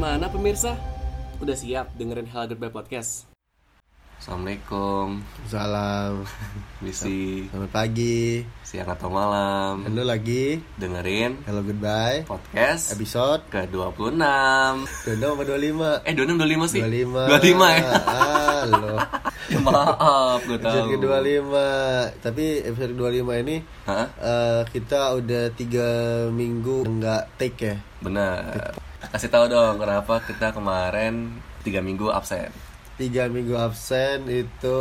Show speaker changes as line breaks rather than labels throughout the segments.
Pemirsa, udah siap dengerin Hal Goodbye Podcast?
Assalamualaikum,
Salam,
misi
selamat pagi.
siang atau malam
Dan lu lagi,
Dengerin
hello goodbye.
podcast
Episode
ke-26
Dono sama 25.
Eh 26, 25 sih?
25.
25 ya?
Ah, lo.
Ya, Maaf, gue tau
Episode ke-25. Tapi episode 25 ini
Hah?
eh, kita udah 3 minggu nggak take ya.
Bener Kasih tahu dong kenapa kita kemarin 3 minggu absen
3 minggu absen itu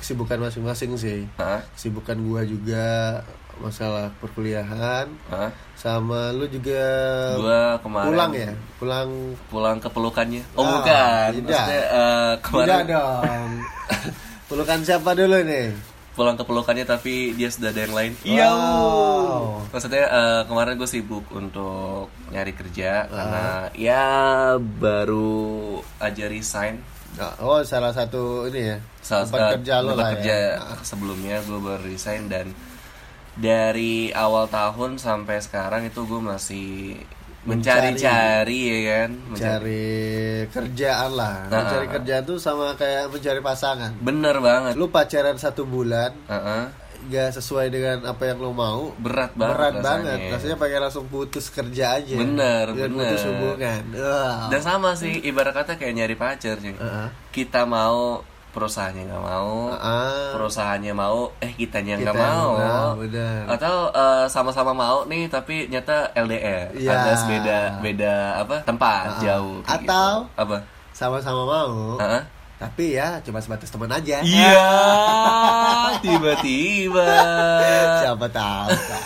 kesibukan masing-masing sih.
Hah?
Kesibukan gua juga masalah perkuliahan
Hah?
sama lu juga
Gue kemarin
Eh, pulang ya pulang
Pulang ke pelukannya Oh
Ah,
bukan
tidak.
Maksudnya eh,
Tidak
kemarin
dong. Pelukan siapa dulu nih?
pulang ke pelukannya tapi dia sudah ada yang lain. Iya,
Wow.
Maksudnya eh, kemarin gue sibuk untuk nyari kerja karena
Ah.
ya baru aja resign.
Nah, Oh, salah satu ini ya. tempat
eh,
kerja lo
tempat
lah
kerja
ya.
sebelumnya gue baru resign dan dari awal tahun sampai sekarang itu gue masih mencari-cari ya kan. Mencari.
Cari kerjaan lah.
Nah.
Mencari kerjaan tuh sama kayak mencari pasangan.
Bener banget.
Lu pacaran satu bulan,
Heeh.
gak sesuai dengan apa yang lo mau.
Berat banget
Berat
rasanya.
banget. Rasanya pengen langsung putus kerja aja.
Bener,
Jangan
bener.
putus hubungan. Wah.
Dan sama sih ibarat kata kayak nyari pacar cuy.
Heeh.
Kita mau perusahaannya nggak mau,
Ah,
perusahaannya mau, eh kitanya
Kita
nggak
yang
mau.
mau, bener.
Atau eh, sama-sama mau nih tapi nyata LDR,
Iya.
ada beda beda apa tempat jauh. kayak
Atau?
gitu. apa?
sama-sama mau.
Heeh.
Tapi ya cuma sebatas teman aja.
Iya, tiba-tiba.
siapa tahu kan.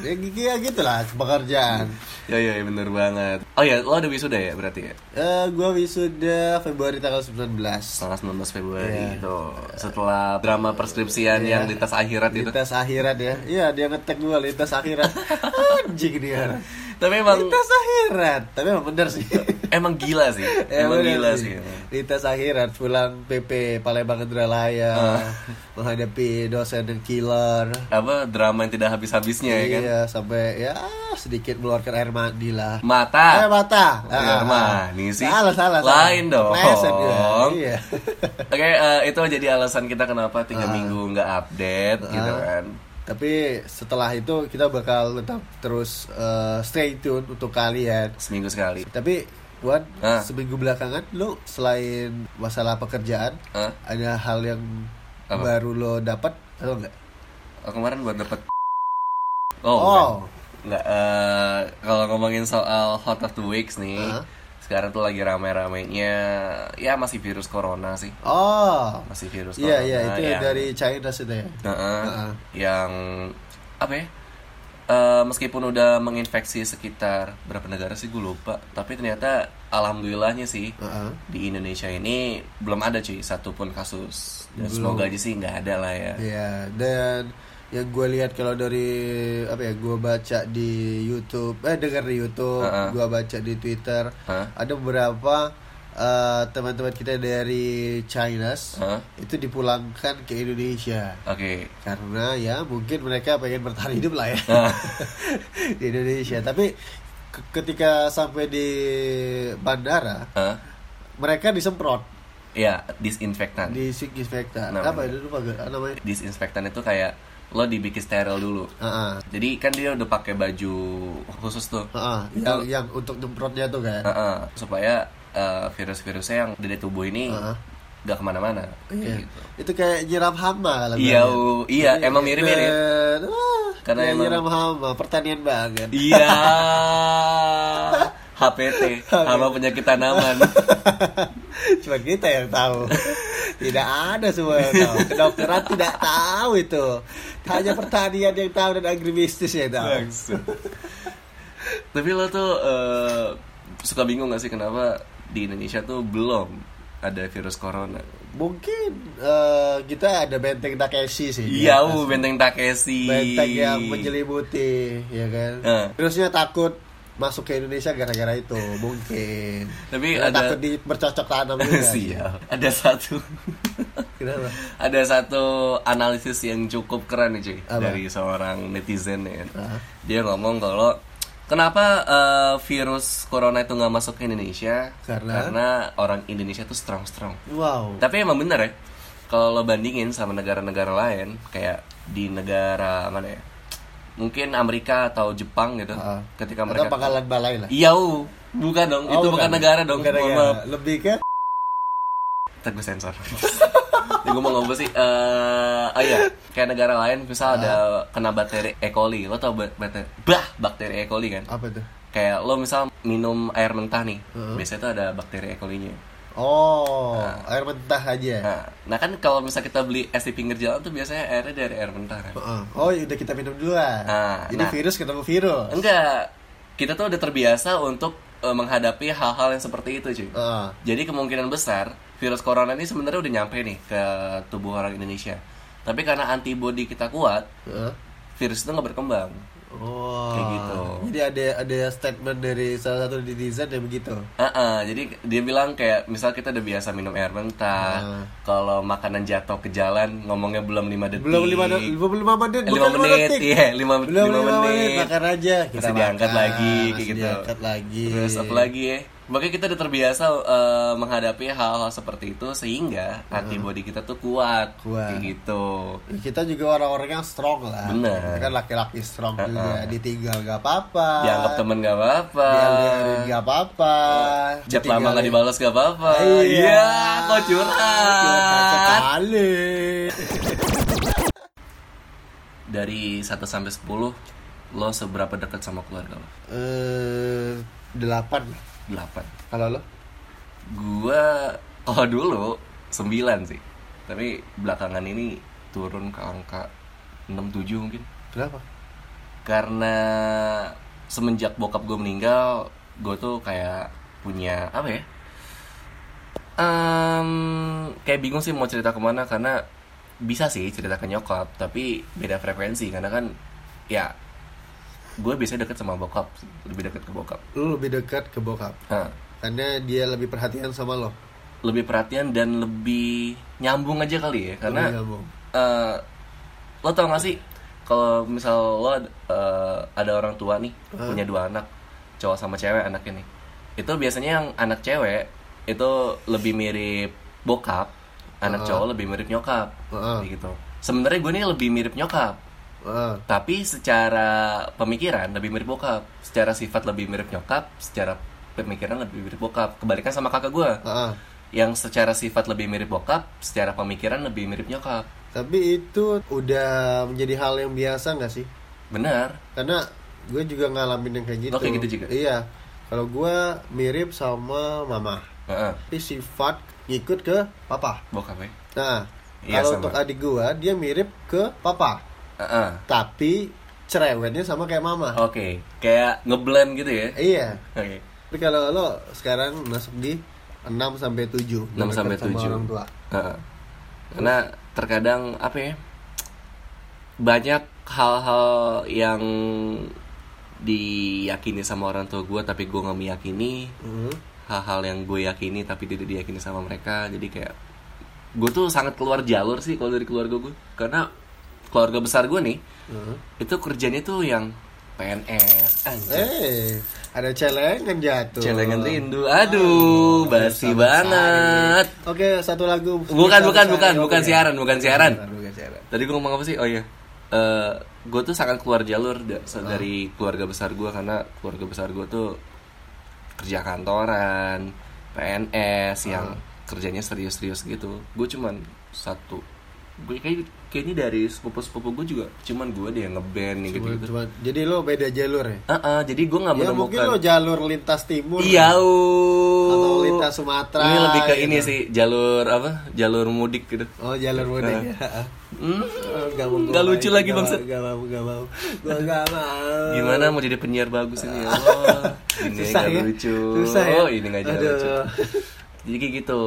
ya gigi ya gitulah pekerjaan
Ya ya ya, bener banget. Oh ya, lo ada wisuda ya berarti ya?
eh gue wisuda Februari tanggal 19
Tanggal 19 Februari
Iya.
itu. Setelah drama preskripsian yang di tas akhirat itu.
lintas akhirat ya iya dia ngetek gue lintas akhirat anjing dia
Tapi emang
lintas akhirat tapi emang bener sih
emang gila sih. Emang
Iya, bener
gila sih.
lintas akhirat pulang PP Palembang
Ah.
Indralaya menghadapi dosen dan killer
Apa drama yang tidak habis-habisnya ya kan?
iya sampai ya sedikit meluarkan air mandi lah Eh
Mata.
mata.
Ya, manis sih.
ah. Salah salah. salah.
Lain dong.
Pleset dia. Iya. Ah.
Oke, eh, itu jadi alasan kita kenapa tiga minggu nggak update gitu kan.
Tapi setelah itu kita bakal tetap terus eh, stay tune untuk kalian.
Seminggu sekali.
Tapi buat
Ah.
seminggu belakangan lu selain masalah pekerjaan
Hah?
ada hal yang
Apa?
baru lo dapat atau enggak?
Oh, kemarin buat dapet Oh,
Oh.
bukan. nggak eh, kalau ngomongin soal hot of the weeks nih,
Hah?
sekarang tuh lagi rame-ramenya ya masih virus corona sih,
Oh.
masih virus
Iya
corona.
iya itu
yang-
dari China sih ya.
Heeh.
Heeh.
yang apa ya? Eh, meskipun udah menginfeksi sekitar berapa negara sih gue lupa, tapi ternyata alhamdulillahnya sih
Heeh.
di Indonesia ini belum ada cuy satupun kasus dan semoga aja sih nggak ada lah ya.
Iya, dan yang gue lihat kalau dari apa ya, gue baca di YouTube, eh dengar di YouTube, gue baca di Twitter,
Heeh.
ada beberapa eh, teman-teman kita dari China
Heeh.
itu dipulangkan ke Indonesia
Oke,
karena ya mungkin mereka pengen bertahan hidup lah ya di Indonesia. Tapi ke- ketika sampai di bandara,
Hah?
mereka disemprot
ya disinfektan.
di disinfektan.
Namanya.
Apa itu lupa gue namanya?
Disinfektan itu kayak lo dibikin steril dulu.
Heeh.
Jadi kan dia udah pakai baju khusus tuh.
Heeh,
Ya.
yang, yang untuk nyemprotnya tuh kan.
Heeh, supaya eh, virus-virusnya yang ada di tubuh ini nggak kemana-mana. Kayak
Iya.
gitu.
Itu kayak nyiram hama kalau
Iya,
gue
u- iya,
lihat.
emang mirip-mirip.
Dan, wah,
Karena
kayak
emang-
nyiram hama, pertanian banget.
Iya. HPT, hama penyakit tanaman.
Cuma kita yang tahu. tidak ada semua yang tahu. Kedokteran tidak tahu itu. Hanya pertanian yang tahu dan agribisnis yang tahu.
Langsung. Tapi lo tuh eh, suka bingung gak sih kenapa di Indonesia tuh belum ada virus corona?
Mungkin eh, kita ada benteng Takeshi sih.
Iya,
ya.
uh, benteng Takeshi.
Benteng yang menyelimuti, ya kan.
Eh.
Terusnya takut masuk ke Indonesia gara-gara itu mungkin.
Tapi
Karena
ada-
takut di bercocok tanam juga.
Siap. Ada satu
Kenapa?
ada satu analisis yang cukup keren nih cuy
Apa?
dari seorang netizen ya.
Ah.
Dia ngomong kalau Kenapa eh, virus corona itu nggak masuk ke Indonesia?
Karena?
orang Indonesia tuh strong strong.
Wow.
Tapi emang bener ya, kalau lo bandingin sama negara-negara lain, kayak di negara mana ya? Mungkin Amerika atau Jepang gitu.
Heeh.
Ketika
Atau
mereka
pangkalan balai lah.
Iya, uh. bukan dong.
Oh,
itu bukan, negara dong.
Bukan
Mohon
negara.
maaf.
Lebih ke
Ntar gue sensor. ya, gue mau ngomong apa sih? Eh, oh iya, kayak negara lain misal ada kena bakteri E. coli. Lo tau ba- bakteri bah bakteri E. coli kan?
apa itu?
Kayak lo misal minum air mentah nih,
Heeh.
biasanya tuh ada bakteri E. coli-nya.
Oh, air mentah aja.
Nah, nah kan kalau misal kita beli es di pinggir jalan tuh biasanya airnya dari air mentah kan?
Heeh. Oh, ya udah kita minum duluan.
Ah,
Jadi
nah.
virus ketemu virus.
Enggak, kita tuh udah terbiasa untuk eh, menghadapi hal-hal yang seperti itu cuy.
Heeh.
Jadi kemungkinan besar virus corona ini sebenarnya udah nyampe nih ke tubuh orang Indonesia. Tapi karena antibodi kita kuat,
Heeh.
virus itu nggak berkembang.
Oh.
Kayak gitu.
Jadi ada ada statement dari salah satu netizen yang begitu.
Heeh, jadi dia bilang kayak misal kita udah biasa minum air
Ah.
mentah, kalau makanan jatuh ke jalan ngomongnya belum 5 detik.
Belum lima de- belum lima menit,
Eh,
bukan
lima menit, iya, lima-
belum
lima
lima menit.
menit.
Makan aja. Kita
Masih diangkat
makan,
lagi kayak
masih
gitu.
Diangkat lagi.
Terus apa lagi ya? Makanya kita udah terbiasa eh, menghadapi hal-hal seperti itu sehingga antibodi kita tuh kuat,
Kuat.
kayak gitu.
kita juga orang-orang yang strong lah.
Bener.
Kita kan laki-laki strong juga. Ditinggal gak apa-apa.
Dianggap temen gak apa-apa.
Dianggap gak apa-apa.
Chat
Ditinggal-
lama gak dibalas gak apa-apa. Iya, kok
Curhat
curhat.
sekali.
Dari 1 sampai 10, lo seberapa dekat sama keluarga lo?
Eh, delapan.
8.
Kalau lo?
Gua kalau dulu 9 sih. Tapi belakangan ini turun ke angka 6 7 mungkin.
Kenapa?
Karena semenjak bokap gue meninggal, gue tuh kayak punya apa ya? Em, kayak bingung sih mau cerita kemana karena bisa sih cerita ke nyokap tapi beda frekuensi karena kan ya gue biasanya deket sama bokap lebih deket ke bokap
Lo lebih dekat ke bokap.
Hah.
Karena dia lebih perhatian sama lo.
lebih perhatian dan lebih nyambung aja kali ya
Lebih
karena
nyambung.
eh, lo tau gak sih kalau misal lo eh, ada orang tua nih punya dua anak cowok sama cewek anak ini itu biasanya yang anak cewek itu lebih mirip bokap anak cowok lebih mirip nyokap
Heeh.
kayak gitu sebenarnya gue nih lebih mirip nyokap
Heeh.
tapi secara pemikiran lebih mirip bokap secara sifat lebih mirip nyokap secara pemikiran lebih mirip bokap kebalikan sama kakak gue
Heeh.
yang secara sifat lebih mirip bokap, secara pemikiran lebih mirip nyokap.
Tapi itu udah menjadi hal yang biasa nggak sih?
Benar.
Karena gue juga ngalamin yang kayak gitu.
Lo kayak gitu juga?
Iya. Kalau gue mirip sama mama.
Heeh,
Tapi sifat ngikut ke papa.
bokap ya.
Nah,
Iya,
kalau
sama.
untuk adik gue dia mirip ke papa.
Heeh.
Tapi cerewetnya sama kayak mama.
Oke, kayak ngeblend gitu ya.
Iya.
Oke.
Tapi kalau lo sekarang masuk di 6 sampai
6
7.
sampai 7.
Orang tua.
Heeh. Karena terkadang apa ya? Banyak hal-hal yang diyakini sama orang tua gue tapi gue nggak meyakini
Hmm.
hal-hal yang gue yakini tapi tidak diyakini sama mereka jadi kayak gue tuh sangat keluar jalur sih kalau dari keluarga gue karena keluarga besar gue nih
Hmm.
itu kerjanya tuh yang PNS anjir
Eh, ada celengan jatuh.
celengan rindu aduh
Iya,
basi banget
Oke, satu lagu.
bukan bukan
Kita bisa-
bukan
Iya, oke. Iya,
bukan siaran bukan siaran
Bukan siaran.
tadi gue ngomong apa sih oh iya Eh, gue tuh sangat keluar jalur da-
Ah.
sa- dari keluarga besar gue karena keluarga besar gue tuh kerja kantoran PNS
Ah.
yang kerjanya serius-serius gitu gue cuman satu gue kayak kayaknya dari sepupu-sepupu gue juga cuman gue deh yang ngeband nih gitu gitu
Cuma- jadi lo beda jalur ya?
jadi gue nggak
Ya mungkin
menemukan
lo jalur lintas timur.
iya
Atau lintas Sumatera.
ini lebih ke
gitu.
ini sih jalur apa jalur mudik gitu
Oh, jalur mudik.
Hmm,
Oh, nggak mau
Nggak lucu
main,
lagi,
nggak
bangsat.
mau, nggak mau, nggak mau. Gua nggak mau.
Gimana mau jadi penyiar bagus ini? ya Allah. ini
Susah
nggak
ya?
lucu.
Susah ya?
Oh, ini nggak jadi
Aduh.
lucu. Jadi kayak gitu.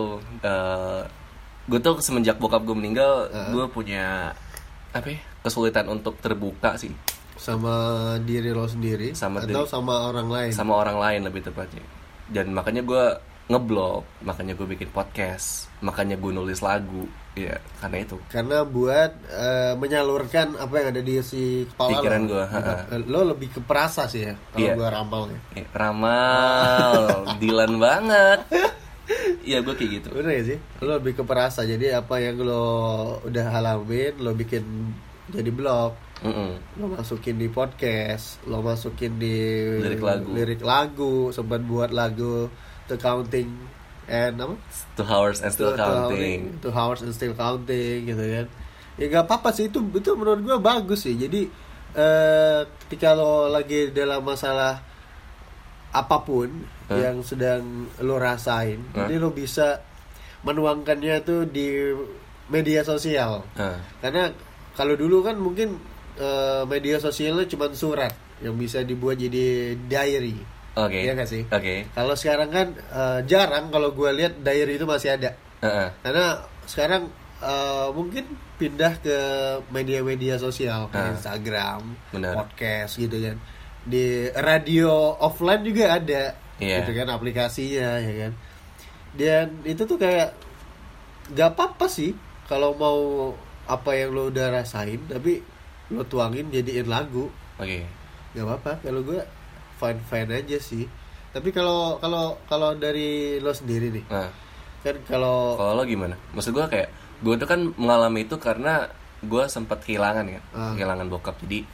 gue tuh semenjak bokap gue meninggal, gue punya apa ya? kesulitan untuk terbuka sih
Sama diri lo sendiri
Sama
atau sama orang lain?
sama orang lain lebih tepatnya. Dan makanya gue ngeblok makanya gue bikin podcast makanya gue nulis lagu ya karena itu
karena buat eh, menyalurkan apa yang ada di si kepala
Pikiran
lo.
gua, ha-ha.
Eh, lo lebih ke perasa sih ya kalau
Iya.
gua ramalnya
Eh, ramal Dilan banget ya gue kayak gitu
bener ya sih lo lebih ke perasa jadi apa yang lo udah alamin lo bikin jadi blog
Mm-mm.
lo masukin di podcast lo masukin di
Lirik lagu.
lirik lagu sempat buat lagu the counting and apa
two hours and still counting
Two hours and still counting gitu kan. Ya nggak apa-apa sih itu itu menurut gua bagus sih. Jadi eh ketika lo lagi dalam masalah apapun yang sedang lo rasain, jadi lo bisa menuangkannya tuh di media sosial.
Ah,
Karena kalau dulu kan mungkin eh, media sosialnya cuma surat yang bisa dibuat jadi diary.
oke
Iya nggak sih?
oke
Kalau sekarang kan eh, jarang kalau gua lihat diary itu masih ada.
Ah, ah.
Karena sekarang eh, mungkin pindah ke media-media sosial, kayak
Ah.
Instagram,
Benar.
podcast gitu kan. Di radio offline juga ada,
Iya.
gitu kan aplikasinya, ya kan. Dan itu tuh kayak gak apa-apa sih kalau mau apa yang lo udah rasain, tapi lo tuangin jadiin lagu,
oke
gak apa-apa. Kalau gue fine fine aja sih. Tapi kalau kalau kalau dari lo sendiri nih,
Nah,
kan kalau
kalau lo gimana? Maksud gue kayak gue tuh kan mengalami itu karena gue sempat kehilangan ya,
Ah.
kehilangan bokap. Jadi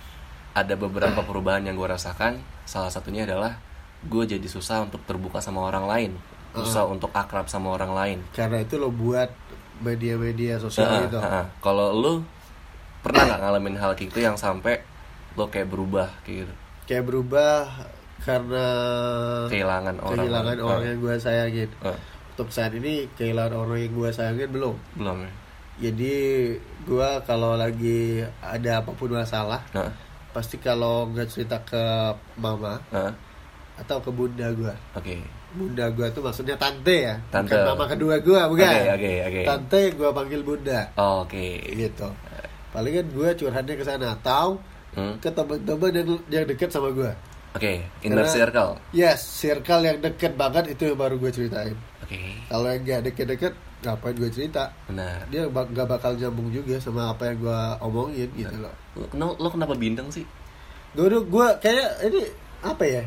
ada beberapa perubahan yang gue rasakan. Salah satunya adalah gue jadi susah untuk terbuka sama orang lain, susah
Ah.
untuk akrab sama orang lain.
karena itu lo buat media-media sosial
Heeh,
gitu. itu
heeh. Kalau lo pernah nggak ngalamin hal kayak gitu yang sampai lo kayak berubah kayak gitu,
kayak berubah karena
kehilangan orang. Ah.
kehilangan
Heeh,
orang yang gue sayangin
heeh.
untuk saat ini kehilangan orang yang gue sayangin belum
belum ya.
jadi gue kalau lagi ada apapun masalah
Heeh,
pasti kalau nggak cerita ke mama
heeh.
atau ke bunda gue
Oke,
bunda gue tuh maksudnya tante ya
Tante.
bukan mama kedua gue bukan
Oke, oke, oke.
tante gue panggil bunda
oke.
gitu palingan gue curhatnya ke sana atau
Hmm,
ke teman-teman yang yang dekat sama gue.
Oke, inner
Karena-
circle.
Yes, circle yang deket banget itu yang baru gue ceritain.
Oke,
Kalau yang gak deket-deket, ngapain gue cerita?
benar.
Dia ba- nggak bakal nyambung juga sama apa yang gue omongin gitu loh.
Lo, kenal- lo kenapa bintang sih?
Dulu gue kayak ini apa ya?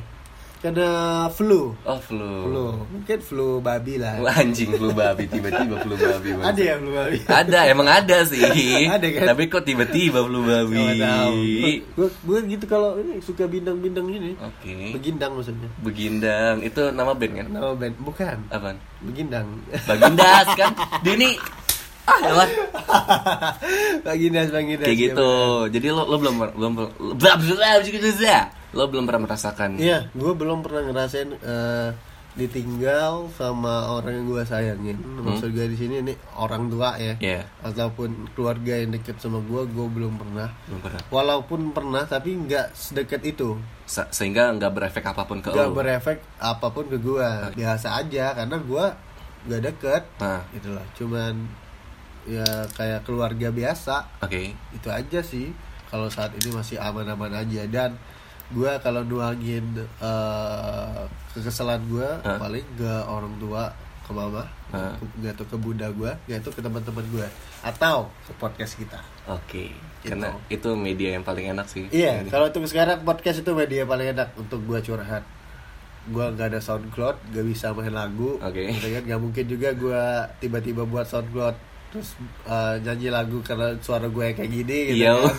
Karena flu,
Oh flu.
flu mungkin flu babi lah.
Wah, Anjing flu babi tiba-tiba flu babi. bangsa.
Ada ya flu babi.
Ada emang ada sih.
Ada kan?
Tapi kok tiba-tiba flu babi.
Gue gue gitu kalau ini suka bintang-bintang ini.
Oke.
Begindang maksudnya.
Begindang itu nama band kan?
Nama band bukan.
Apaan?
Begindang.
Bagindas kan? Dini. Ah, elah.
Bagindas, Bagindas.
Kayak
ya,
gitu. Jadi lo lo belum belum belum lo belum pernah merasakan.
Iya, gue belum pernah ngerasain eh, ditinggal sama orang yang gue sayangin. Maksud gue di sini ini orang tua ya,
Hmm. Iya.
ataupun keluarga yang deket sama gue, gue belum pernah.
Belum pernah.
Walaupun pernah, tapi nggak sedekat itu.
Se- sehingga nggak berefek apapun ke
Nggak
lo.
berefek apapun ke gue. Biasa aja, karena gue nggak deket.
Nah,
Gitu lah, cuman ya kayak keluarga biasa
oke.
itu aja sih kalau saat ini masih aman-aman aja dan gue kalau nuangin eh, kekesalan gue paling ke orang tua ke mama
Hah?
ke- nggak tuh ke bunda gue nggak tuh ke teman-teman gue atau ke podcast kita
Oke, karena itu media yang paling enak sih.
Gitu. iya kalau untuk sekarang podcast itu media paling enak untuk gue curhat gue nggak ada soundcloud gak bisa main lagu
Oke.
gitu kan nggak mungkin juga gue tiba-tiba buat soundcloud terus eh, nyanyi lagu karena suara gue kayak gini
Iya.
gitu kan.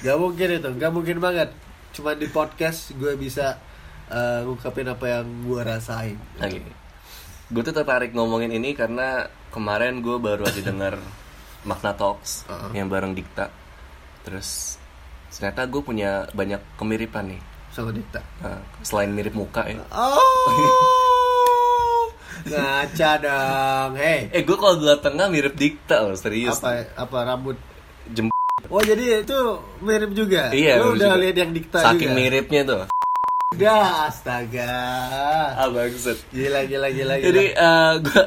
Gak mungkin itu, gak mungkin banget. Cuman di podcast gue bisa eh, ngungkapin apa yang gue rasain.
Oke. Gue tuh tertarik ngomongin ini karena kemarin gue baru aja denger Makna Talks
Uh-huh.
yang bareng Dikta. Terus ternyata gue punya banyak kemiripan nih.
Sama Dita.
Nah, selain mirip muka ya.
Oh, ngaca dong. Hey,
Eh gue kalau gelap tengah mirip Dikta loh serius.
apa apa rambut?
Jem-
Oh jadi itu mirip juga.
Iya,
Lu
mirip
udah
juga.
lihat yang Dikta
Saking
juga.
miripnya tuh.
Udah, astaga.
Ah bangset.
Gila gila gila. gila.
Jadi eh, gue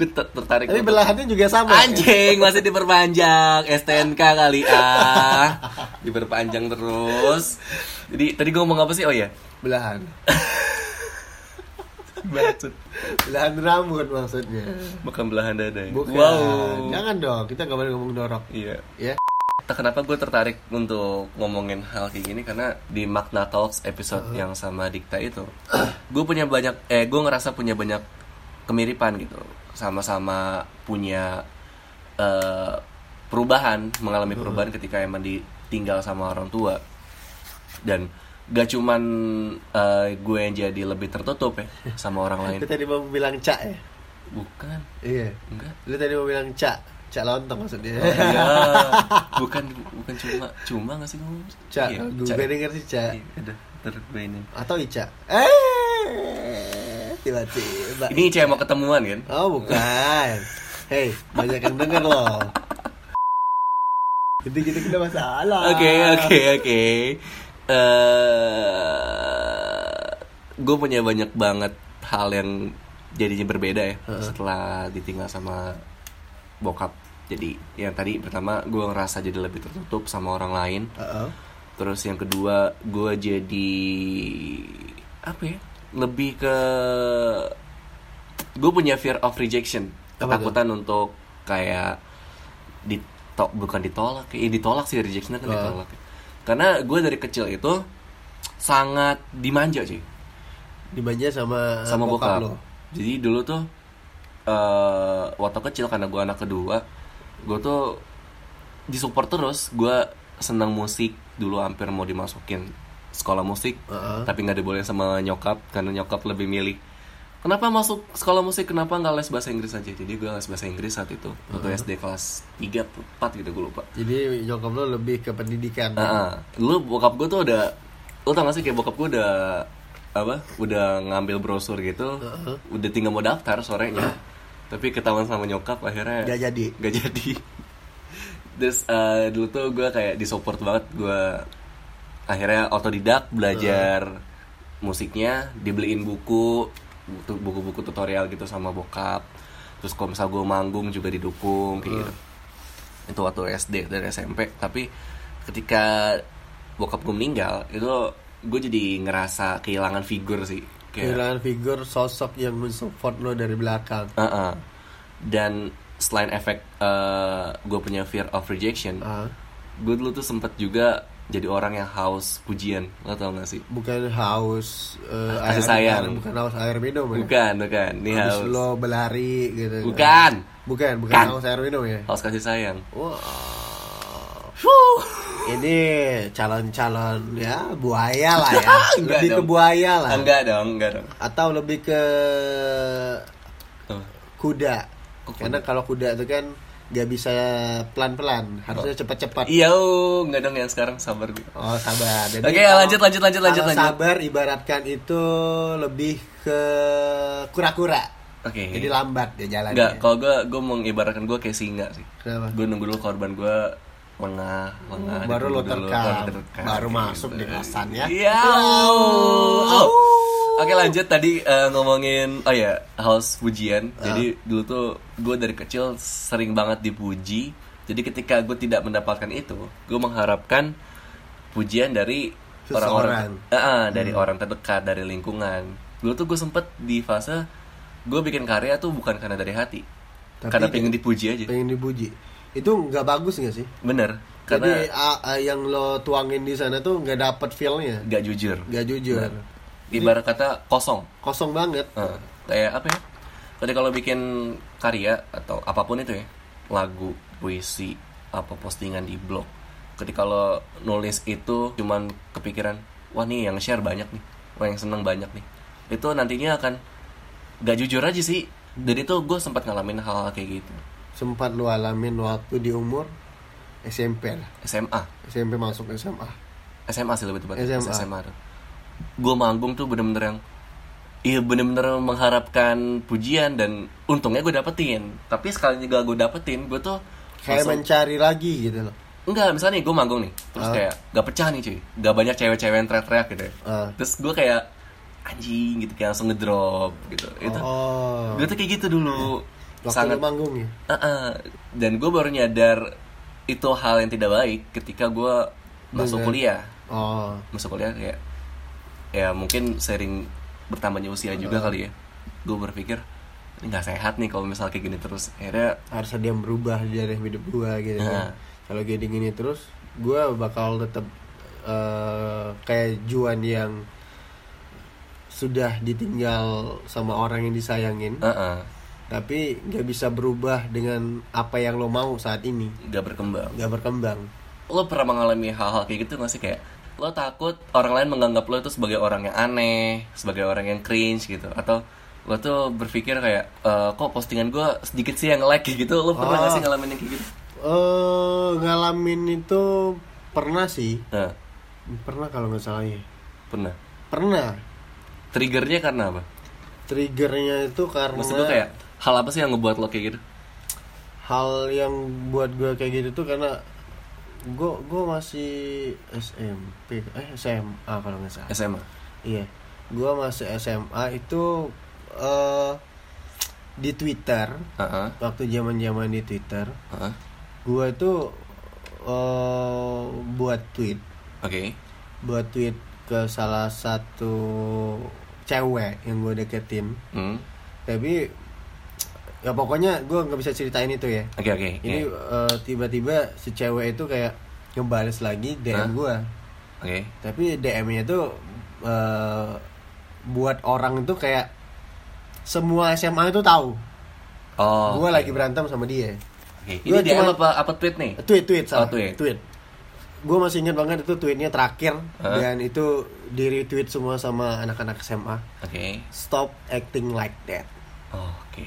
gue ter- tertarik.
Tapi
untuk-
belahannya juga sama.
Anjing masih diperpanjang STNK kali ah diperpanjang iya. terus. Jadi tadi gue ngomong apa sih? Oh ya
Belahan.
Bacot.
belahan rambut maksudnya
Bukan belahan dada ya.
bukan
Wow.
jangan dong kita nggak boleh ngomong dorok
Iya.
ya
Tak kenapa gue tertarik untuk ngomongin hal kayak gini karena di Magna Talks episode yang sama Dikta itu, gue punya banyak, eh gue ngerasa punya banyak kemiripan gitu, sama-sama punya eh, perubahan, mengalami perubahan ketika emang ditinggal sama orang tua dan gak cuman eh, gue yang jadi lebih tertutup ya sama orang lain,
lu tadi mau bilang cak ya
bukan,
iya
enggak.
lu tadi mau bilang cak cak lontong maksudnya
Oh, iya. bukan bukan cuma cuma nggak sih kamu
cak
Iya, Cak.
gue denger sih cak
Udah, ntar gue ini.
atau Ica eh tiba-tiba
Ini cewek mau ketemuan kan?
oh bukan hey banyak yang denger loh jadi gitu kita masalah
Oke, oke, oke. Eh, gue punya banyak banget hal yang jadinya berbeda ya setelah ditinggal sama bokap. Jadi yang tadi pertama gue ngerasa jadi lebih tertutup sama orang lain.
Uh-oh.
Terus yang kedua gue jadi apa ya? Lebih ke gue punya fear of rejection,
Apa tuh?
ketakutan untuk kayak ditok bukan ditolak, ya ditolak sih rejection
Oh.
kan ditolak. Karena gue dari kecil itu sangat dimanja sih
dimanja sama eh,
sama bokap.
lo
Jadi dulu tuh eh waktu kecil karena gue anak kedua, gue tuh disupport terus. Gue senang musik dulu hampir mau dimasukin sekolah musik,
Heeh.
tapi nggak dibolehin sama nyokap karena nyokap lebih milih. Kenapa masuk sekolah musik? Kenapa nggak les bahasa Inggris aja? Jadi gue les bahasa Inggris saat itu waktu SD kelas 3 atau 4 gitu gue lupa.
jadi nyokap lo lebih ke pendidikan
Heeh. Lu bokap gue tuh udah Lu tau gak sih kayak bokap gue udah Apa? Udah ngambil brosur gitu Udah tinggal mau daftar sorenya Tapi ketahuan sama nyokap akhirnya
Nggak jadi.
Gak jadi Terus eh, dulu tuh gue kayak disupport banget Gue akhirnya otodidak belajar musiknya Dibeliin buku buku- Buku-buku tutorial gitu sama bokap Terus kalau misal gue manggung juga didukung kayak gitu
Hmm.
itu waktu SD dan SMP tapi ketika bokap gue meninggal itu gue jadi ngerasa kehilangan figur sih kayak
kehilangan figur sosok yang mensupport lo dari belakang
Uh-uh. dan selain efek gue punya fear of rejection
Ah,
gue dulu tuh sempet juga jadi orang yang haus pujian lo tau gak sih
bukan haus eh,
Kasih sayang.
bukan haus air minum ya?
bukan bukan ini
Habis
haus
lo berlari gitu kan.
bukan Kan.
bukan bukan
Bukan.
haus air minum ya
haus kasih sayang
Wow. Ini calon-calon ya buaya lah ya.
Enggak
lebih ke
dong.
buaya lah.
enggak dong enggak dong
Atau lebih ke
Tuh.
kuda.
Oh, kuda.
Karena kalau kuda itu kan gak bisa pelan-pelan, harusnya cepat-cepat.
iya oh, enggak dong yang sekarang sabar gue
Oh, sabar. Jadi
Oke,
kalau-
lanjut, lanjut, lanjut, lanjut,
kalau
lanjut.
Sabar ibaratkan itu lebih ke kura-kura.
oke
Jadi ya. lambat dia jalannya.
Enggak, kalau gue gue mengibaratkan gue kayak singa sih.
Kenapa?
Gue nunggu dulu korban gue lengah, lengah.
baru lo
ditunggu dulu,
terkam,
terkam,
baru
gitu.
masuk di kasan ya.
Iya.
Au.
Oke lanjut tadi eh, ngomongin oh ya house pujian.
Ah.
Jadi dulu tuh gue dari kecil sering banget dipuji. Jadi ketika gue tidak mendapatkan itu, gue mengharapkan pujian dari orang-orang, Eh, eh, dari
Hmm.
orang terdekat, dari lingkungan. Dulu tuh gue sempet di fase gue bikin karya tuh bukan karena dari hati,
Tapi
karena
di-
pengen dipuji aja.
pengen dipuji itu nggak bagus nggak sih
Bener, karena
jadi a- a- yang lo tuangin di sana tuh nggak dapet feelnya
nggak jujur.
nggak jujur
Ibarat kata kosong.
kosong banget
Heeh. kayak apa ya? Tadi kalau bikin karya atau apapun itu ya, lagu, puisi, apa postingan di blog. Ketika lo nulis itu cuman kepikiran, wah nih yang share banyak nih, wah yang seneng banyak nih. Itu nantinya akan gak jujur aja sih. Dan itu gue sempat ngalamin hal-hal kayak gitu.
sempat lo alamin waktu di umur SMP lah
SMA,
SMP masuk SMA
SMA sih lebih tepatnya
SMA.
Gue manggung tuh bener-bener yang Iya bener-bener mengharapkan pujian Dan untungnya gue dapetin Tapi sekali juga gue dapetin Gue tuh
kayak mencari lagi gitu loh
Enggak misalnya nih gue manggung nih Terus kayak gak pecah nih cuy Gak banyak cewek-cewek yang teriak-teriak gitu ya.
Ah.
Terus gue kayak Anjing gitu kayak langsung ngedrop gitu Itu
oh Iya.
Gue tuh kayak gitu dulu
waktu lo manggung ya
Uh-uh. Dan gue baru nyadar Itu hal yang tidak baik Ketika gue masuk kuliah
oh
masuk kuliah kayak ya mungkin sering bertambahnya usia juga kali ya gue berpikir ini nggak sehat nih kalau misal kayak gini terus akhirnya
harus ada yang berubah di dalam hidup gua gitu
Nah.
kan. Kalau gini gini terus gua bakal tetap eh, kayak Juan yang sudah ditinggal sama orang yang disayangin,
eh-eh,
tapi nggak bisa berubah dengan apa yang lo mau saat ini,
nggak berkembang
nggak berkembang.
lo pernah mengalami hal-hal kayak gitu nggak sih kayak lo takut orang lain menganggap lo itu sebagai orang yang aneh sebagai orang yang cringe gitu atau lo tuh berpikir kayak "Eh, kok postingan gue sedikit sih yang like kayak gitu lo pernah nggak sih ngalamin yang kayak gitu
Eh ngalamin itu pernah sih,
nah,
pernah kalau nggak salah ya,
pernah
pernah.
triggernya karena apa
Triggernya itu karena
maksud gue kayak hal apa sih yang ngebuat lo kayak gitu
hal yang buat gue kayak gitu tuh karena gue gue masih SMP eh SMA kalau nggak salah
SMA
iya gue masih SMA itu eh di Twitter
Heeh.
waktu zaman zaman di Twitter
Heeh.
gue tuh eh buat tweet
oke
buat tweet ke salah satu cewek yang gue deketin
Hmm.
tapi ya pokoknya gue nggak bisa ceritain itu ya
oke oke
ini
oke.
eh, tiba-tiba si cewek itu kayak ngebales lagi
Hah?
DM gua
oke
tapi DM-nya tuh eh, buat orang itu kayak semua SMA itu tahu
oh
gua
oke.
lagi berantem sama dia
Oke. ini
Gua
dia
cuma-
apa apa tweet nih
tweet tweet salah
Oh, tweet.
gue masih ingat banget itu tweetnya terakhir
Hah?
dan itu di retweet semua sama anak-anak SMA
oke
stop acting like that
oke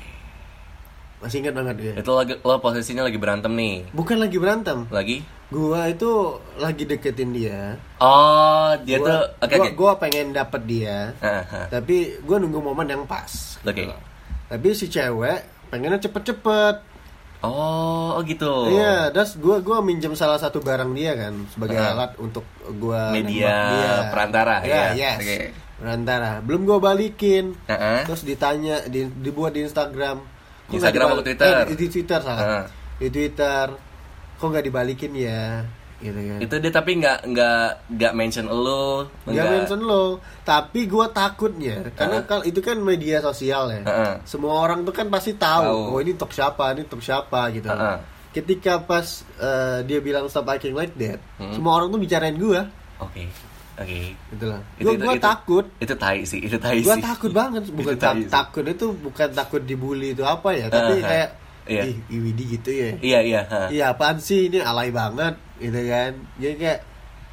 masih ingat banget gue
itu lagi lo posisinya lagi berantem nih
bukan lagi berantem
lagi
gua itu lagi deketin dia
Oh, dia
gua,
tuh oke
gua-
oke.
gua pengen dapet dia
Ah, ah.
tapi gue nunggu momen yang pas gitu
Oke.
loh. tapi si cewek pengennya cepet-cepet
Oh, oh gitu.
iya terus gue gua minjem salah satu barang dia kan sebagai
Heeh.
alat untuk gue
Ah. Media perantara, ya.
iya yes.
Oke.
perantara belum gue balikin
Heeh.
terus ditanya di- dibuat di Instagram
Di
"Kok nggak
Instagram
dibalik-
atau Twitter?" Ah.
eh, di, di Twitter salah
Heeh.
di Twitter kok nggak dibalikin ya gitu kan
Itu dia tapi nggak nggak nggak mention lo,
Gak mention lo, tapi gua takutnya karena kalau itu kan media sosial ya,
Heeh.
semua orang tuh kan pasti tahu,
Tahu.
oh ini top siapa, ini top siapa gitu.
Heeh.
Ketika pas eh, dia bilang stop acting like that,
Hmm.
semua orang tuh bicarain gua,
Oke. Oke.
gitu lah.
Itu-
Gua,
itu-
gua
itu-
takut,
Itu tai sih, itu tai
gua
sih.
takut banget,
Itu
bukan
tai
tak-
sih.
takut itu bukan takut dibully itu apa ya, tapi
Heeh.
kayak
Iya.
ih Iwidi gitu ya,
Iya, iya, ha.
iya apaan sih ini alay banget, gitu kan, jadi kayak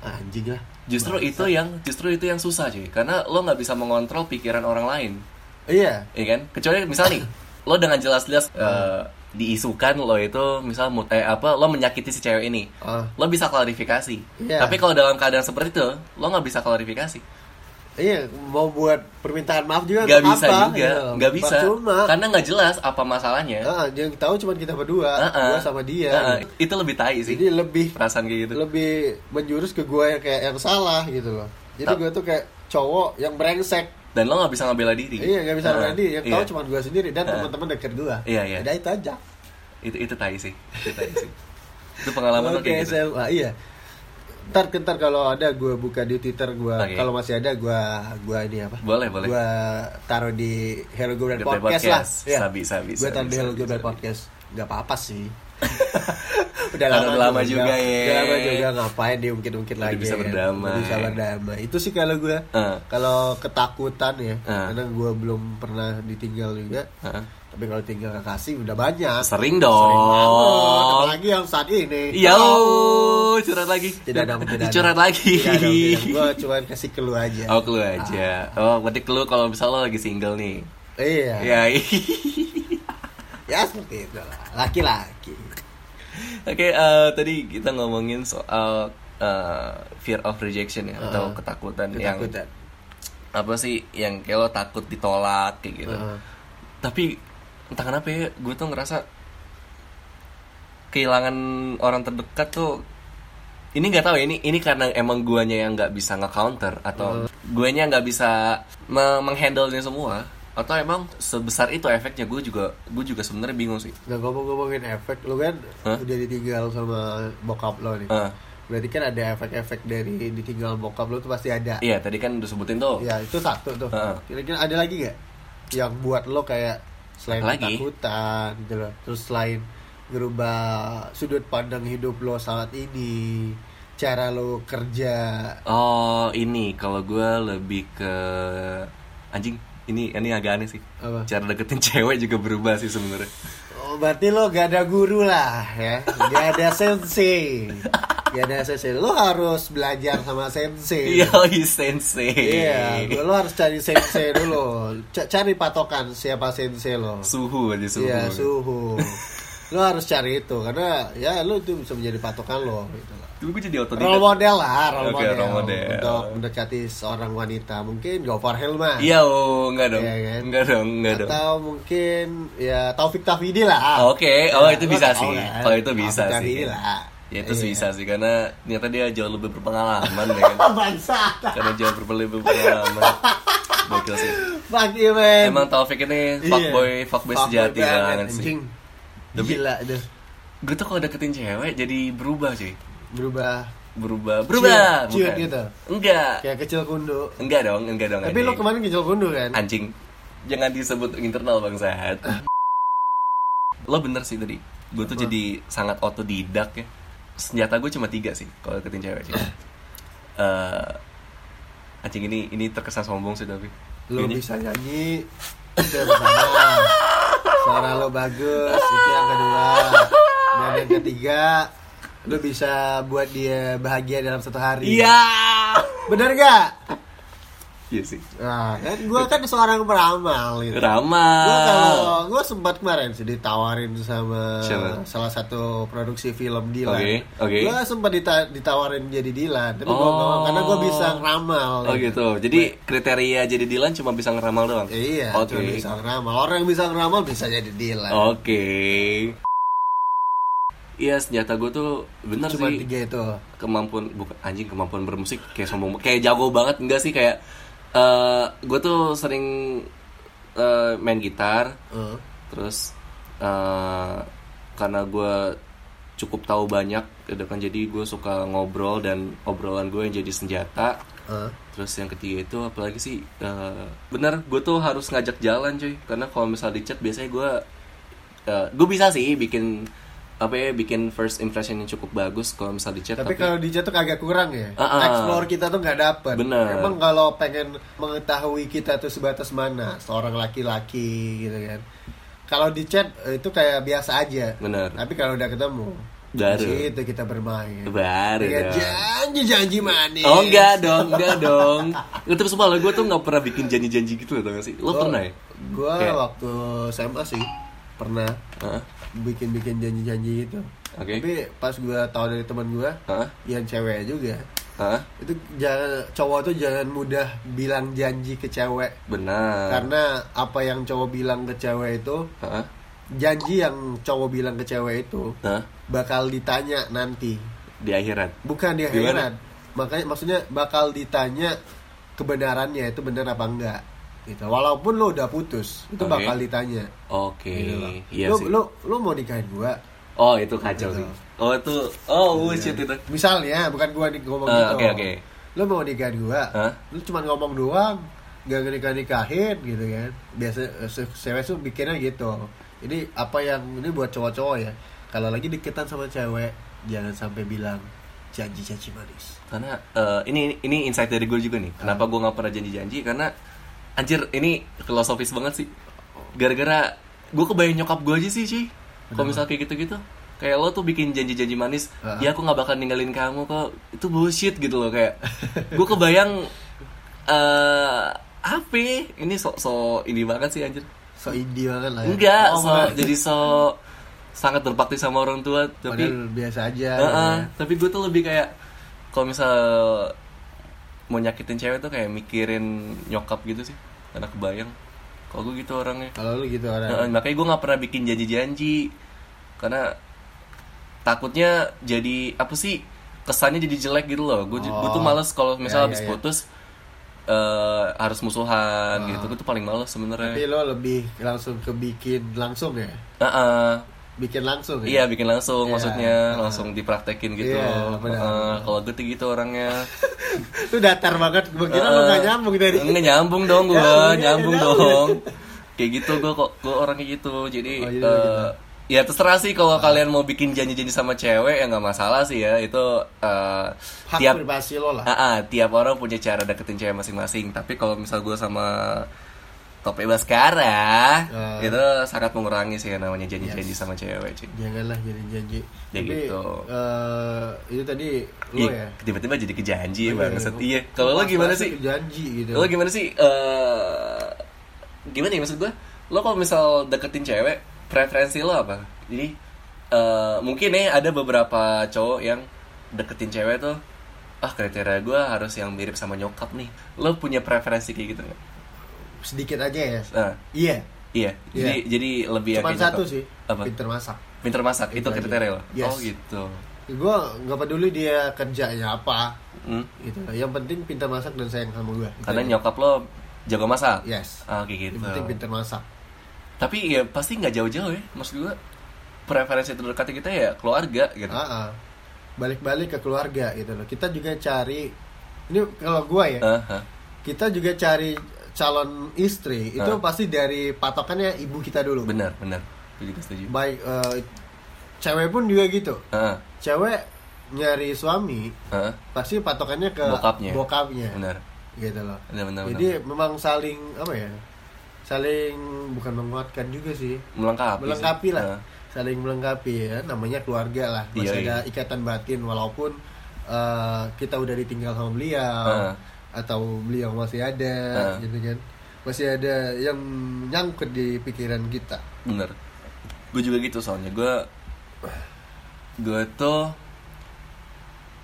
"Ah, anjing lah.
Justru itu yang justru itu yang susah cuy, karena lo nggak bisa mengontrol pikiran orang lain,
Iya,
Iya kan? Kecuali misal nih, lo dengan jelas-jelas
Ah.
eh, diisukan lo itu misal mut- eh, apa lo menyakiti si cewek ini,
Ah.
lo bisa klarifikasi.
Iya.
Tapi kalau dalam keadaan seperti itu, lo nggak bisa klarifikasi.
Iya, mau buat permintaan maaf juga
nggak
untuk
bisa
apa,
juga
gitu.
nggak bisa Kan-
Percuma.
karena nggak jelas apa masalahnya Ah,
Ah, yang tahu cuma kita berdua,
Heeh.
Ah, gua sama dia.
Heeh.
gitu.
itu lebih tai sih
Jadi lebih
perasaan kayak Ah, gitu
lebih menjurus ke gua yang kayak yang salah gitu loh. Jadi
Ta-
gua tuh kayak cowok yang brengsek.
dan lo nggak bisa ngebela diri
Iya, nggak bisa
Heeh.
berani. Yang tahu
Iya.
cuma gua sendiri dan teman-teman dekat gua.
Iya, iya.
Udah itu aja.
itu itu tai sih itu tai sih itu pengalaman lo
Oke,
kayak gitu
SMA, iya. Ntar, ntar kalau ada gua buka di Twitter gua.
Oke.
Kalau masih ada gua gua ini apa?
Boleh, boleh.
Gua taruh di Hello Gobel
Goblin
Podcast, lah.
Podcast.
Iya.
Sabi, sabi,
Gua taruh
sabi,
di Hello
sabi,
Gobel
sabi.
Podcast. Gak apa-apa sih. Udah
Karena udah lama juga,
Udah
ya.
lama juga ngapain diungkit-ungkit
Udah
lagi. ya.
bisa berdamai.
Udah Bisa berdamai. Itu sih kalau gua.
Heeh.
Kalau ketakutan ya,
Heeh.
karena gua belum pernah ditinggal juga.
Heeh.
Tapi kalau tinggal kekasih udah banyak.
Ah. sering
Sering banget.
dong
Apalagi yang saat ini.
Iya,
Halo.
oh, curhat lagi.
Tidak ada, tidak ada.
Curhat lagi.
Tidak ada, Ah. Gue cuma kasih clue aja.
Oh, lu aja. Oh, berarti lu kalau misal lo lagi single nih.
Iya.
Ya.
Ya seperti itu lah. Laki-laki.
Oke, eh, tadi kita ngomongin soal eh, fear of rejection ya atau
Heeh.
ketakutan,
Ah. Ketakutan.
yang apa sih yang kayak lo takut ditolak kayak gitu.
Heeh.
Tapi entah kenapa ya, gue tuh ngerasa kehilangan orang terdekat tuh ini nggak tahu ya, ini ini karena emang guanya yang nggak bisa nge-counter atau guanya nggak bisa me- menghandle ini semua atau emang sebesar itu efeknya gue juga gue juga sebenarnya bingung sih.
Nah ngomong-ngomongin efek, lu kan
Hah?
udah ditinggal sama bokap lo nih.
Heeh.
Berarti kan ada efek-efek dari ditinggal bokap lo tuh pasti ada.
Iya, tadi kan udah sebutin tuh.
Ya itu satu tuh.
Heeh.
Kira-kira ada lagi nggak? yang buat lo kayak selain
Apalagi?
ketakutan gitu loh. terus selain ngerubah sudut pandang hidup lo saat ini cara lo kerja
Oh ini kalau gue lebih ke anjing ini ini agak aneh sih.
Apa?
Cara deketin cewek juga berubah sih sebenarnya.
Oh, berarti lo gak ada guru lah ya, gak ada sensei, gak ada sensei. Lo harus belajar sama sensei.
Iya, he's sensei.
Iya, lo harus cari sensei dulu. C- cari patokan siapa sensei lo.
Suhu aja suhu.
Iya, suhu. Lo harus cari itu karena ya lo itu bisa menjadi patokan lo. Gitu. lah.
Tapi gue jadi
Role
otodidak.
model lah, role,
Oke,
model,
role model.
untuk mendekati seorang wanita. Mungkin Gofar Hilman.
Iya, oh, enggak dong.
Iya, kan?
Enggak dong, enggak dong.
Atau mungkin ya Taufik Tafidi lah.
Oke, oh
Ya,
itu
lo
bisa
tau
sih.
kan?
Kalau itu bisa
Taufik
sih.
Tafidi lah.
Ya itu
Iya. Oh,
bisa sih karena ternyata dia jauh lebih berpengalaman ya kan.
Bangsa.
Karena jauh lebih berpengalaman. Gokil sih.
Fuck you, man.
Emang Taufik ini
Iya.
fuckboy, fuckboy sejati banget sih. Demi-
Gila deh.
Gue tuh kalau deketin cewek jadi berubah cuy.
Berubah
Berubah, berubah.
ciut
bukan.
gitu.
Enggak.
kayak kecil kundu.
Enggak dong, enggak dong.
Tapi
anjing.
lo kemarin kecil kundu kan?
anjing. Jangan disebut internal Bang Sahat. Lo bener sih tadi. Gue tuh jadi sangat otodidak ya. Senjata gue cuma tiga sih kalau deketin cewek sih. Eh, anjing ini ini terkesan sombong sih tapi.
Lo
Ini-
bisa nyanyi itu yang pertama. Suara lo bagus, itu yang kedua. Dan yang ketiga, lo bisa buat dia bahagia dalam satu hari.
Iya.
Bener gak?
Iya sih.
Nah, kan gue kan seorang peramal gitu. Gue
Ramal.
kalau gue sempat kemarin sih ditawarin sama
Siapa?
salah satu produksi film Dilan.
Oke, oke.
Gue sempat dita- ditawarin jadi Dilan, tapi gue
Oh.
nggak mau karena gue bisa ngeramal.
Oh gitu. Jadi kriteria jadi Dilan cuma bisa ngeramal doang.
Iya,
Oke.
cuma bisa ngeramal. Orang yang bisa ngeramal bisa jadi Dilan.
Oke. Iya senjata gue tuh bener
Cuma
sih
tiga itu.
kemampuan bukan anjing kemampuan bermusik kayak sombong kayak jago banget enggak sih kayak eh gue tuh sering eh, main gitar
Heeh.
terus eh karena gue cukup tahu banyak gitu kan jadi gue suka ngobrol dan obrolan gue yang jadi senjata
Heeh.
terus yang ketiga itu apalagi sih eh, bener gue tuh harus ngajak jalan cuy karena kalau misal di chat biasanya gue gue bisa sih bikin apa ya bikin first impression yang cukup bagus kalau misal di chat
Tapi kalau di chat tuh agak kurang ya.
Ah, ah.
Explore kita tuh nggak dapet.
Bener.
Emang kalau pengen mengetahui kita tuh sebatas mana seorang laki-laki gitu kan. Kalau di chat eh, itu kayak biasa aja.
Bener.
Tapi kalau udah ketemu,
Baru.
di situ kita bermain.
Baru
Dengan
dong.
janji-janji manis.
ya. Oh enggak dong, enggak dong. Itu sumpah lo, gue tuh nggak pernah bikin janji-janji gitu loh, tau gak sih? Lo
Oh.
pernah ya?
Gua
Kayak-
waktu SMA sih pernah
Hah?
bikin-bikin janji-janji gitu.
Oke.
Tapi pas gua tahu dari teman gua
Hah?
yang cewek juga,
Hah?
itu jangan cowok tuh jangan mudah bilang janji ke cewek.
Benar.
Karena apa yang cowok bilang ke cewek itu
Hah?
janji yang cowok bilang ke cewek itu
Hah?
bakal ditanya nanti.
Di akhirat.
Bukan dia
Gimana?
heran. Makanya maksudnya bakal ditanya kebenarannya itu benar apa enggak. Gitu. Walaupun lo udah putus, itu
Oke.
bakal ditanya.
Oke.
Gitu loh.
Iya
lo,
sih.
lo, lo mau nikahin gua?
Oh itu kacau
Gitu.
sih. Oh itu, oh
Iya.
yeah. shit itu.
Misalnya, bukan gua di- ngomong
Eh,
gitu.
oke, oke.
Lo mau nikahin gua?
Hah?
Lo cuma ngomong doang, gak nikah-nikahin gitu kan. Biasa eh, se- cewek tuh bikinnya gitu. Ini apa yang ini buat cowok-cowok ya. Kalau lagi deketan sama cewek, jangan sampai bilang janji-janji manis.
Karena eh, ini ini insight dari gue juga nih. Kenapa gue nggak pernah janji-janji? Karena anjir ini filosofis banget sih. Gara-gara gue kebayang nyokap gue aja sih sih. Kalau misal kayak gitu-gitu, kayak lo tuh bikin janji-janji manis.
Ah.
Ya aku nggak bakal ninggalin kamu kok. Itu bullshit gitu loh kayak. gue kebayang eh apa? ya? Ini sok-sok ini banget sih anjir.
So indie banget lah. ya.
Enggak,
Oh,
so,
maaf.
jadi so sangat berbakti sama orang tua, tapi
Padahal biasa aja.
Heeh,
ya.
tapi gue tuh lebih kayak kalau misal mau nyakitin cewek tuh kayak mikirin nyokap gitu sih karena kebayang kalau gue gitu orangnya
Kalau lu gitu
Heeh,
orang.
makanya gue nggak pernah bikin janji-janji karena takutnya jadi apa sih kesannya jadi jelek gitu loh gue
Oh.
tuh males kalau misal
Ya, ya,
habis
ya.
putus eh, harus musuhan
Ah.
gitu gue tuh paling males
Tapi
sebenarnya
lo lebih langsung ke bikin langsung ya.
Heeh.
Bikin langsung ya.
Iya bikin langsung
Iya,
maksudnya langsung dipraktekin gitu.
Iya,
Heeh,
benar, benar.
kalau gue tuh gitu orangnya.
Itu datar banget. Gue kira lu gak nyambung dari.
Enggak nyambung dong gue,
Nyambung, iya,
nyambung
nyambung.
dong. kayak gitu gue kok gue orang kayak gitu jadi
Oh, iya,
eh,
gitu.
ya terserah sih kalau kalian mau bikin janji-janji sama cewek ya nggak masalah sih ya itu eh,
hak
tiap
privasi lo lah
Ah, ah, tiap orang punya cara deketin cewek masing-masing tapi kalau misal gue sama Tope Baskara
Ah.
itu sangat mengurangi sih yang namanya janji-janji sama cewek cuy.
janganlah jadi janji
Ya
tapi
gitu.
eh, itu tadi
Ih,
lo ya
tiba-tiba jadi kejanji
Iya,
banget.
iya.
Iya. Kalau lo gimana
Pas-pasan
sih?
janji gitu
Lo gimana sih? eh gimana ya maksud gue? Lo kalau misal deketin cewek, preferensi lo apa? Jadi eh, mungkin nih ada beberapa cowok yang deketin cewek tuh ah kriteria gue harus yang mirip sama nyokap nih. Lo punya preferensi kayak gitu nggak?
sedikit aja ya
Nah,
iya
iya. Jadi
Iya.
jadi lebih yang
cuma
kayak
satu
nyokap.
sih
Apa?
pinter masak
Pinter masak itu,
Itu aja.
kriteria lo.
Yes.
Oh gitu.
gue nggak peduli dia kerjanya apa
Hmm.
gitu yang penting pintar masak dan sayang sama gue
Karena nyokap lo jago masak.
yes
Ah, kayak gitu.
Iya. yang penting pintar masak
Tapi ya pasti nggak jauh-jauh ya. Maksud gue preferensi terdekat kita ya keluarga gitu.
Ah, ah. balik-balik ke keluarga gitu loh kita juga cari ini kalau gue ya
Ah, ah.
kita juga cari calon istri itu
Ah.
pasti dari patokannya ibu kita dulu
Benar, benar. Gue juga setuju.
baik eh, cewek pun juga gitu
Ah,
cewek nyari suami
ah.
pasti patokannya ke
Bokapnya.
bokapnya,
Benar.
gitu loh
Benar, benar,
jadi memang saling apa ya saling bukan menguatkan juga sih
Melengkapi. sih.
melengkapi lah
Ah.
saling melengkapi ya namanya keluarga lah masih
Iya,
ada ikatan batin walaupun eh, kita udah ditinggal sama
Ah.
beliau atau beliau masih ada
Ah.
gitu kan masih ada yang nyangkut di pikiran kita
bener gue juga gitu soalnya gue gue tuh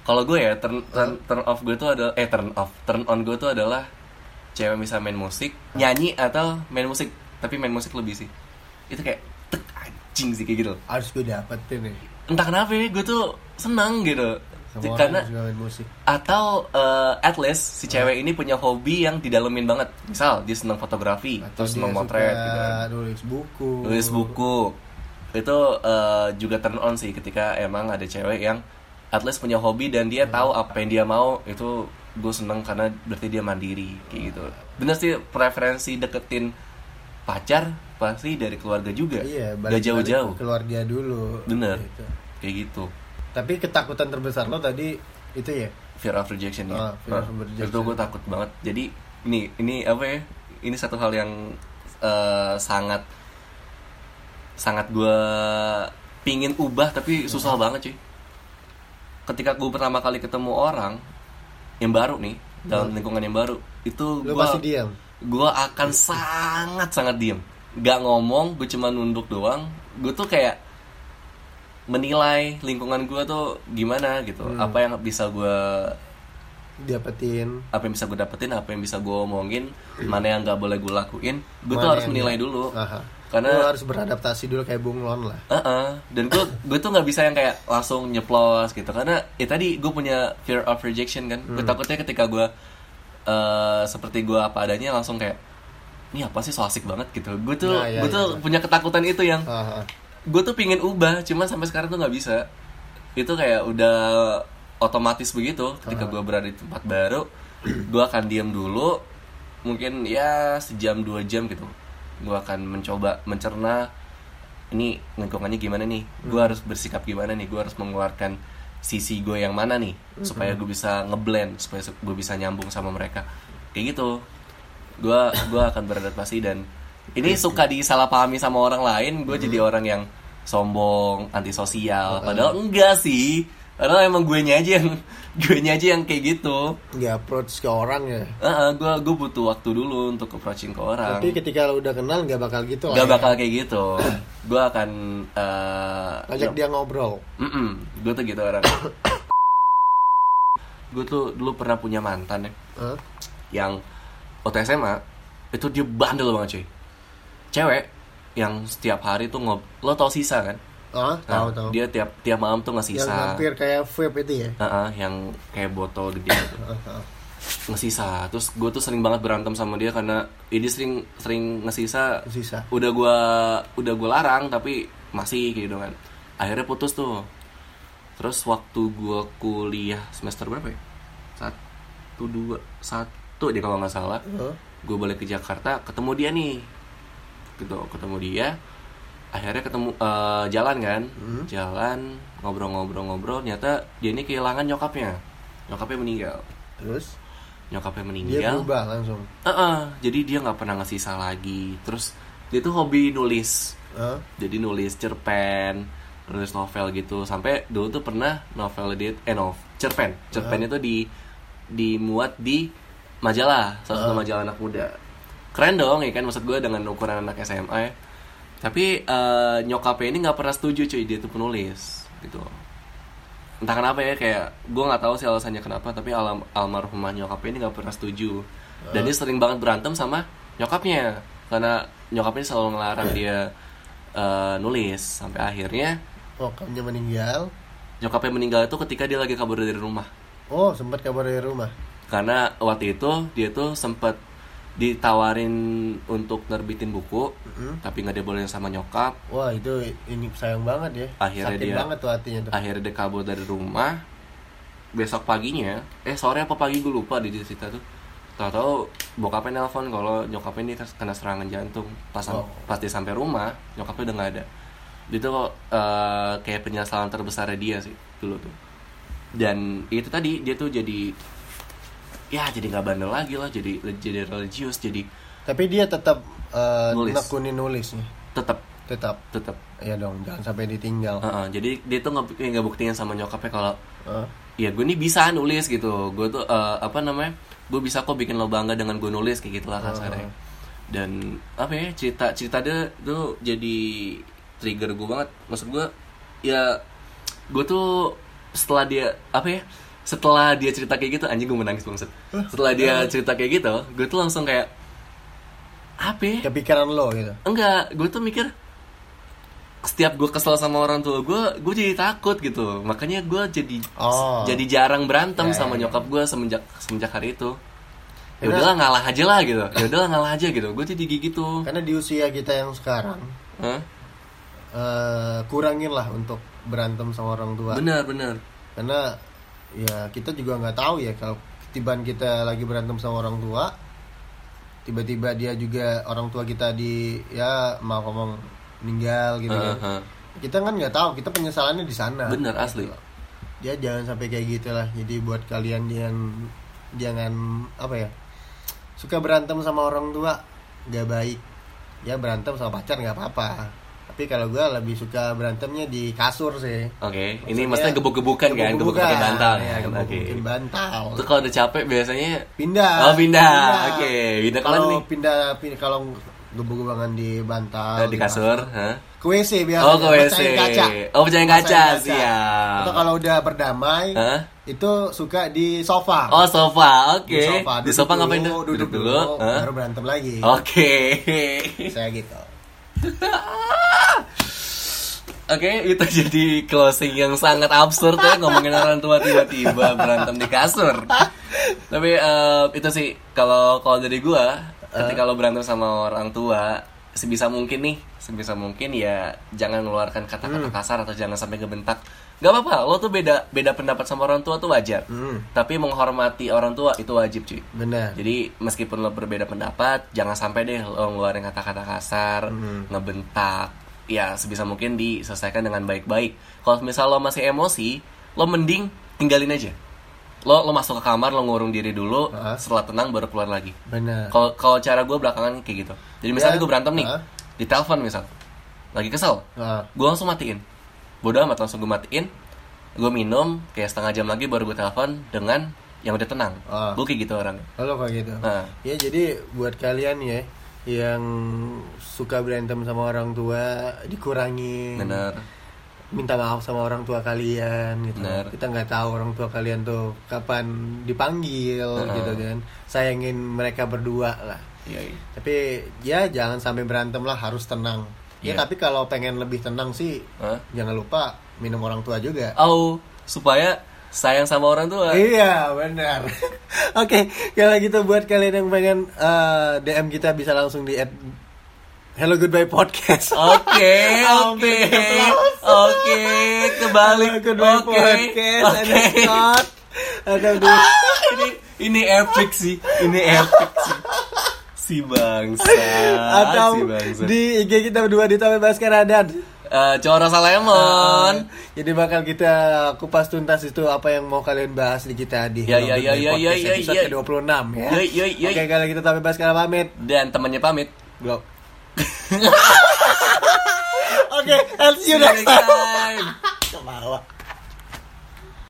kalau gue ya turn,
Ah.
turn, turn off gue tuh adalah eh turn off turn on gue tuh adalah cewek bisa main musik nyanyi atau main musik tapi main musik lebih sih itu kayak tek anjing sih kayak gitu
harus gue dapetin nih
entah kenapa ya gue tuh senang gitu
sama orang
karena
yang suka main musik
atau eh, at least si cewek ini punya hobi yang didalemin banget misal dia senang fotografi
atau
terus
dia
senang
suka
motret gitu kan
nulis buku
nulis buku ya. itu eh, juga turn on sih ketika emang ada cewek yang at least punya hobi dan
Iya.
dia tahu apa yang dia mau itu gue seneng karena berarti dia mandiri kayak gitu bener sih preferensi deketin pacar pasti dari keluarga juga
iya
gak
balik-balik
jauh-jauh
ke keluarga dulu
bener
gitu.
kayak gitu
tapi ketakutan terbesar lo tadi itu ya
fear of rejection ya
Ah, fear of
Ah,
rejection.
itu gue takut banget jadi ini ini apa ya ini satu hal yang eh, sangat sangat gue pingin ubah tapi susah
Hmm.
banget cuy ketika gue pertama kali ketemu orang yang baru nih
Hmm.
dalam lingkungan yang baru itu
lo
gua-
masih diam
gue akan sangat sangat diem gak ngomong gue cuma nunduk doang gue tuh kayak menilai lingkungan gue tuh gimana gitu
Hmm.
apa yang bisa gue
dapetin
apa yang bisa gue dapetin apa yang bisa gue omongin mana yang gak boleh gue lakuin gue tuh
Iya. Mana
harus
yang-
menilai dulu
Aha.
karena
Lu harus beradaptasi dulu kayak bunglon lah
Heeh. dan gue gue tuh nggak bisa yang kayak langsung nyeplos gitu karena ya tadi gue punya fear of rejection kan
Hmm.
gue takutnya ketika gue eh, seperti gue apa adanya langsung kayak ini apa sih so asik banget gitu gue tuh
Nah, iya,
gue tuh
iya.
punya ketakutan itu yang
Aha.
gue tuh pingin ubah cuman sampai sekarang tuh nggak bisa itu kayak udah otomatis begitu ketika gue berada di tempat baru gue akan diam dulu mungkin ya sejam dua jam gitu gue akan mencoba mencerna ini lingkungannya gimana nih gue harus bersikap gimana nih gue harus mengeluarkan sisi gue yang mana nih supaya gue bisa ngeblend supaya gue bisa nyambung sama mereka kayak gitu gue gue akan beradaptasi dan
Iya
ini suka disalahpahami sama orang lain gue jadi
Mm-hmm.
orang yang sombong antisosial padahal enggak sih padahal emang gue nya aja yang gue nya aja yang kayak gitu
nggak approach ke orang ya
Heeh, gue gue butuh waktu dulu untuk approaching ke orang
tapi ketika lo udah kenal nggak bakal gitu lah
gak
ya.
bakal kayak gitu gue akan eh,
ajak dia ngobrol
Mm-mm, gue tuh gitu orang. gue tuh dulu pernah punya mantan ya,
Hah?
yang waktu SMA itu dia bandel banget cuy. Cewek yang setiap hari tuh ngob, lo tau sisa kan?
ah
Nah,
tahu tahu
Dia tiap tiap malam tuh ngasih
yang
sisa.
hampir kayak vape itu ya
Heeh, yang kayak botol gede gitu.
Aha.
ngesisa terus gue tuh sering banget berantem sama dia karena ya dia sering sering ngesisa
Ngesisa.
udah gue udah gue larang tapi masih kayak gitu kan akhirnya putus tuh terus waktu gue kuliah semester berapa ya satu dua satu deh kalau nggak salah
Hah?
gue balik ke Jakarta ketemu dia nih gitu ketemu dia akhirnya ketemu eh, jalan kan
Hmm.
jalan ngobrol-ngobrol-ngobrol ternyata dia ini kehilangan nyokapnya nyokapnya meninggal
Terus
nyokapnya
dia
meninggal
berubah langsung.
Heeh, jadi dia nggak pernah ngesisa lagi terus dia tuh hobi nulis
Hah?
jadi nulis cerpen nulis novel gitu sampai dulu tuh pernah novel dia eh no, cerpen cerpen itu di dimuat di majalah salah satu majalah anak muda keren dong ya kan maksud gue dengan ukuran anak SMA ya. tapi eh, nyokapnya ini nggak pernah setuju cuy dia tuh penulis gitu entah kenapa ya kayak gue nggak tahu sih alasannya kenapa tapi alam almarhumah nyokapnya ini nggak pernah setuju dan dia sering banget berantem sama nyokapnya karena nyokapnya selalu ngelarang dia eh, nulis sampai akhirnya
Nyokapnya Oh, meninggal.
nyokapnya meninggal itu ketika dia lagi kabur dari rumah
Oh, sempat kabar dari rumah.
karena waktu itu dia tuh sempet ditawarin untuk nerbitin buku tapi nggak dibolehin sama nyokap
Wah, itu ini sayang banget ya.
Akhirnya
Sakit
dia-
banget tuh hatinya tuh.
akhirnya dia kabur dari rumah besok paginya eh sore apa pagi gue lupa di cerita tuh tahu-tahu bokapnya nelpon kalau nyokapnya ini kena serangan jantung pas sam-
Oh.
pas dia sampai rumah nyokapnya udah nggak ada itu eh, kayak penyesalan terbesarnya dia sih dulu tuh dan itu tadi dia tuh jadi ya jadi nggak bandel lagi lah jadi jadi religius jadi
Tapi dia tetap eh,
Nulis.
nekuni nulis nih.
tetap
Tetap.
tetap
Ya dong, jangan sampai ditinggal.
Heeh, jadi dia tuh nggak nggak buktiin sama nyokapnya kalau
Hah?
ya gue ini bisa nulis gitu gue tuh eh, apa namanya gue bisa kok bikin lo bangga dengan gue nulis kayak gitulah kasarnya dan apa ya cerita cerita dia tuh jadi trigger gue banget maksud gue ya gue tuh setelah dia apa ya setelah dia cerita kayak gitu anjing gue menangis banget setelah dia cerita kayak gitu gue tuh langsung kayak apa ya
Kepikiran lo gitu.
enggak gue tuh mikir setiap gue kesel sama orang tua gue gue jadi takut gitu makanya gue jadi
Oh.
jadi jarang berantem
Ya,
sama
ya,
nyokap gue semenjak semenjak hari itu ya
Karena-
udahlah ngalah aja lah gitu ya udahlah ngalah aja gitu gue jadi kayak gitu
Karena di usia kita yang sekarang
Hah?
eh kurangin lah untuk berantem sama orang tua.
bener bener
Karena ya kita juga nggak tahu ya kalau ketibaan kita lagi berantem sama orang tua, tiba-tiba dia juga orang tua kita di ya mau ngomong meninggal gitu kan.
Heeh.
Kita kan nggak tahu, kita penyesalannya di sana.
bener ah. asli
Ya jangan sampai kayak gitu lah. Jadi buat kalian yang jangan apa ya suka berantem sama orang tua nggak baik. Ya berantem sama pacar nggak apa-apa. Tapi kalau gue lebih suka berantemnya di kasur sih.
oke ini maksudnya gebuk-gebukan kan gebuk pakai bantal
ya,
kan?
gebuk
oke
bantal.
itu kalau udah capek biasanya
Pindah.
oh pindah oke pindah kemana
Kalau
nih
pindah, pindah kalau gebuk-gebukan di bantal,
Eh, di kasur Hah?
ke WC biasa.
Oh, ke WC.
pecahin kaca.
Oh, pecahin kaca,
Pecahin
siap.
Atau kalau udah berdamai,
Hah?
itu suka di sofa.
Oh sofa, oke.
Di sofa,
Di
duduk
sofa
dulu,
ngapain
Duduk,
tuh?
dulu,
Hah? Oh.
baru berantem lagi.
Oke.
Saya gitu.
Oke, itu jadi closing yang sangat absurd ya ngomongin orang tua tiba-tiba berantem di kasur. Tapi eh, itu sih kalau kalau dari gua, ketika lo berantem sama orang tua, sebisa mungkin nih, sebisa mungkin ya jangan mengeluarkan kata-kata kasar atau jangan sampai ngebentak. Gak apa-apa, lo tuh beda beda pendapat sama orang tua tuh wajar.
Hmm.
Tapi menghormati orang tua itu wajib cuy.
Benar.
Jadi meskipun lo berbeda pendapat, jangan sampai deh lo ngeluarin kata-kata kasar,
Mhm.
ngebentak. Ya sebisa mungkin diselesaikan dengan baik-baik. Kalau misal lo masih emosi, lo mending tinggalin aja. Lo lo masuk ke kamar, lo ngurung diri dulu,
Heeh.
setelah tenang baru keluar lagi.
Benar.
Kalau kalau cara gue belakangan kayak gitu. Jadi misalnya
Ya,
gue berantem nih,
heeh.
di telepon misal, lagi kesel,
Nah,
gue langsung matiin. Bodoh amat langsung gue matiin. Gue minum, kayak setengah jam lagi baru gue telepon dengan yang udah tenang.
Heeh.
Gue kayak gitu orangnya.
kalau kayak gitu.
Nah.
Ya jadi buat kalian ya yang suka berantem sama orang tua dikurangi.
Bener.
Minta maaf sama orang tua kalian gitu.
Benar.
Kita nggak tahu orang tua kalian tuh kapan dipanggil gitu kan. Sayangin mereka berdua lah.
Iya. iya.
Tapi ya jangan sampai berantem lah harus tenang. Ya
Iya.
tapi kalau pengen lebih tenang sih
Hah?
jangan lupa minum orang tua juga.
Oh, supaya sayang sama orang tua.
Iya benar. Oke kalau gitu buat kalian yang pengen eh, DM kita bisa langsung di add Hello Goodbye Podcast.
Oke, oke, oke, kebalik. Oke, Ah,
Hello Goodbye Podcast. Ada Scott. Ada Bu.
Ini, ini epic sih, ini epic sih. Si si bangsa si
atau
bangsa
di IG kita berdua di Tame Basket Radan.
Eh, Coro Salemon
Eh, Jadi bakal kita kupas tuntas itu apa yang mau kalian bahas di kita di
Ya, ya, ya,
Hello Good Day
ya,
Podcast
ya, ya,
episode
ya.
ke-26 ya.
Ya, ya, ya.
Oke, kalau kita Tame Basket Radan pamit.
dan temannya pamit
Blok. Oke, I'll see you next
time
time. Kemawa.